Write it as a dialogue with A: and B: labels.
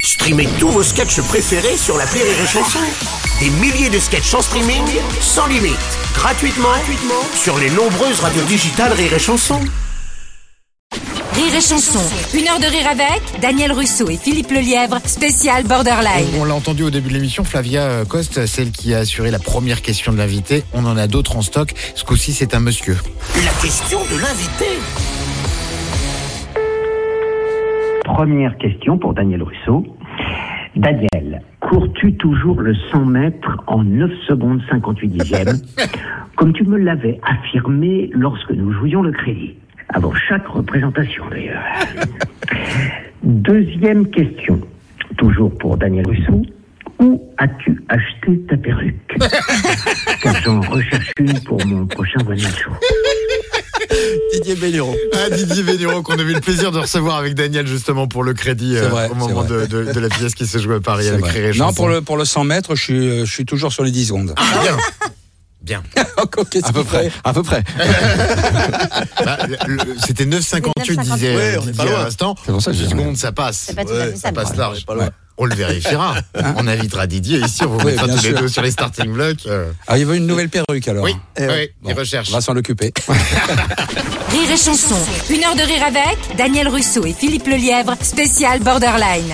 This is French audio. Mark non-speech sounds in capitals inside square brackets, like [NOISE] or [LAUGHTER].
A: Streamez tous vos sketchs préférés sur la Rire et Chanson. Des milliers de sketchs en streaming, sans limite, gratuitement, gratuitement sur les nombreuses radios digitales Rire et Chanson.
B: Rire et chanson. Une heure de rire avec Daniel Russo et Philippe Lelièvre, spécial Borderline.
C: On l'a entendu au début de l'émission, Flavia euh, Coste, celle qui a assuré la première question de l'invité. On en a d'autres en stock. Ce coup-ci, c'est un monsieur.
A: La question de l'invité.
D: Première question pour Daniel Russo. Daniel, cours-tu toujours le 100 mètres en 9 secondes 58 dixièmes, comme tu me l'avais affirmé lorsque nous jouions le crédit Avant chaque représentation, d'ailleurs. Deuxième question, toujours pour Daniel Russo. Où as-tu acheté ta perruque Car j'en recherche une pour mon prochain voyage.
E: Didier Belléro.
C: Ah, Didier Véniro, qu'on a eu le plaisir de recevoir avec Daniel, justement, pour le crédit euh,
E: C'est vrai,
C: au
E: c'est
C: moment de,
E: vrai.
C: de- de la pièce qui se joue à Paris
E: C'est
C: avec
E: vrai.
C: Rire et
E: Non,
C: Chanson.
E: pour le, pour le 100 mètres, je suis, euh, je suis toujours sur les 10 secondes.
C: Ah, [LAUGHS] bien. Bien.
E: à peu près.
F: À peu près.
C: Bah, le- le- C'était 9,58, disait
G: Ouais, on est
C: Didier
G: pas loin.
C: à l'instant.
F: C'est pour ça que j'ai-
C: 10 secondes, ça passe.
H: C'est pas tout à fait ça,
C: Ça
H: le
C: passe
H: problème.
C: large.
G: pas loin.
C: Ouais. On le vérifiera. On invitera Didier ici. On vous
E: Oui,
C: mettra
E: bien
C: tous les
E: sûr.
C: deux sur les starting blocks. euh.
E: Ah, il veut une nouvelle perruque alors.
C: Oui,
E: Eh ouais.
C: oui, il
E: Bon,
C: recherche.
E: On va s'en occuper.
B: Rire et chanson. Une heure de rire avec Daniel Russo et Philippe Lelièvre, spécial Borderline.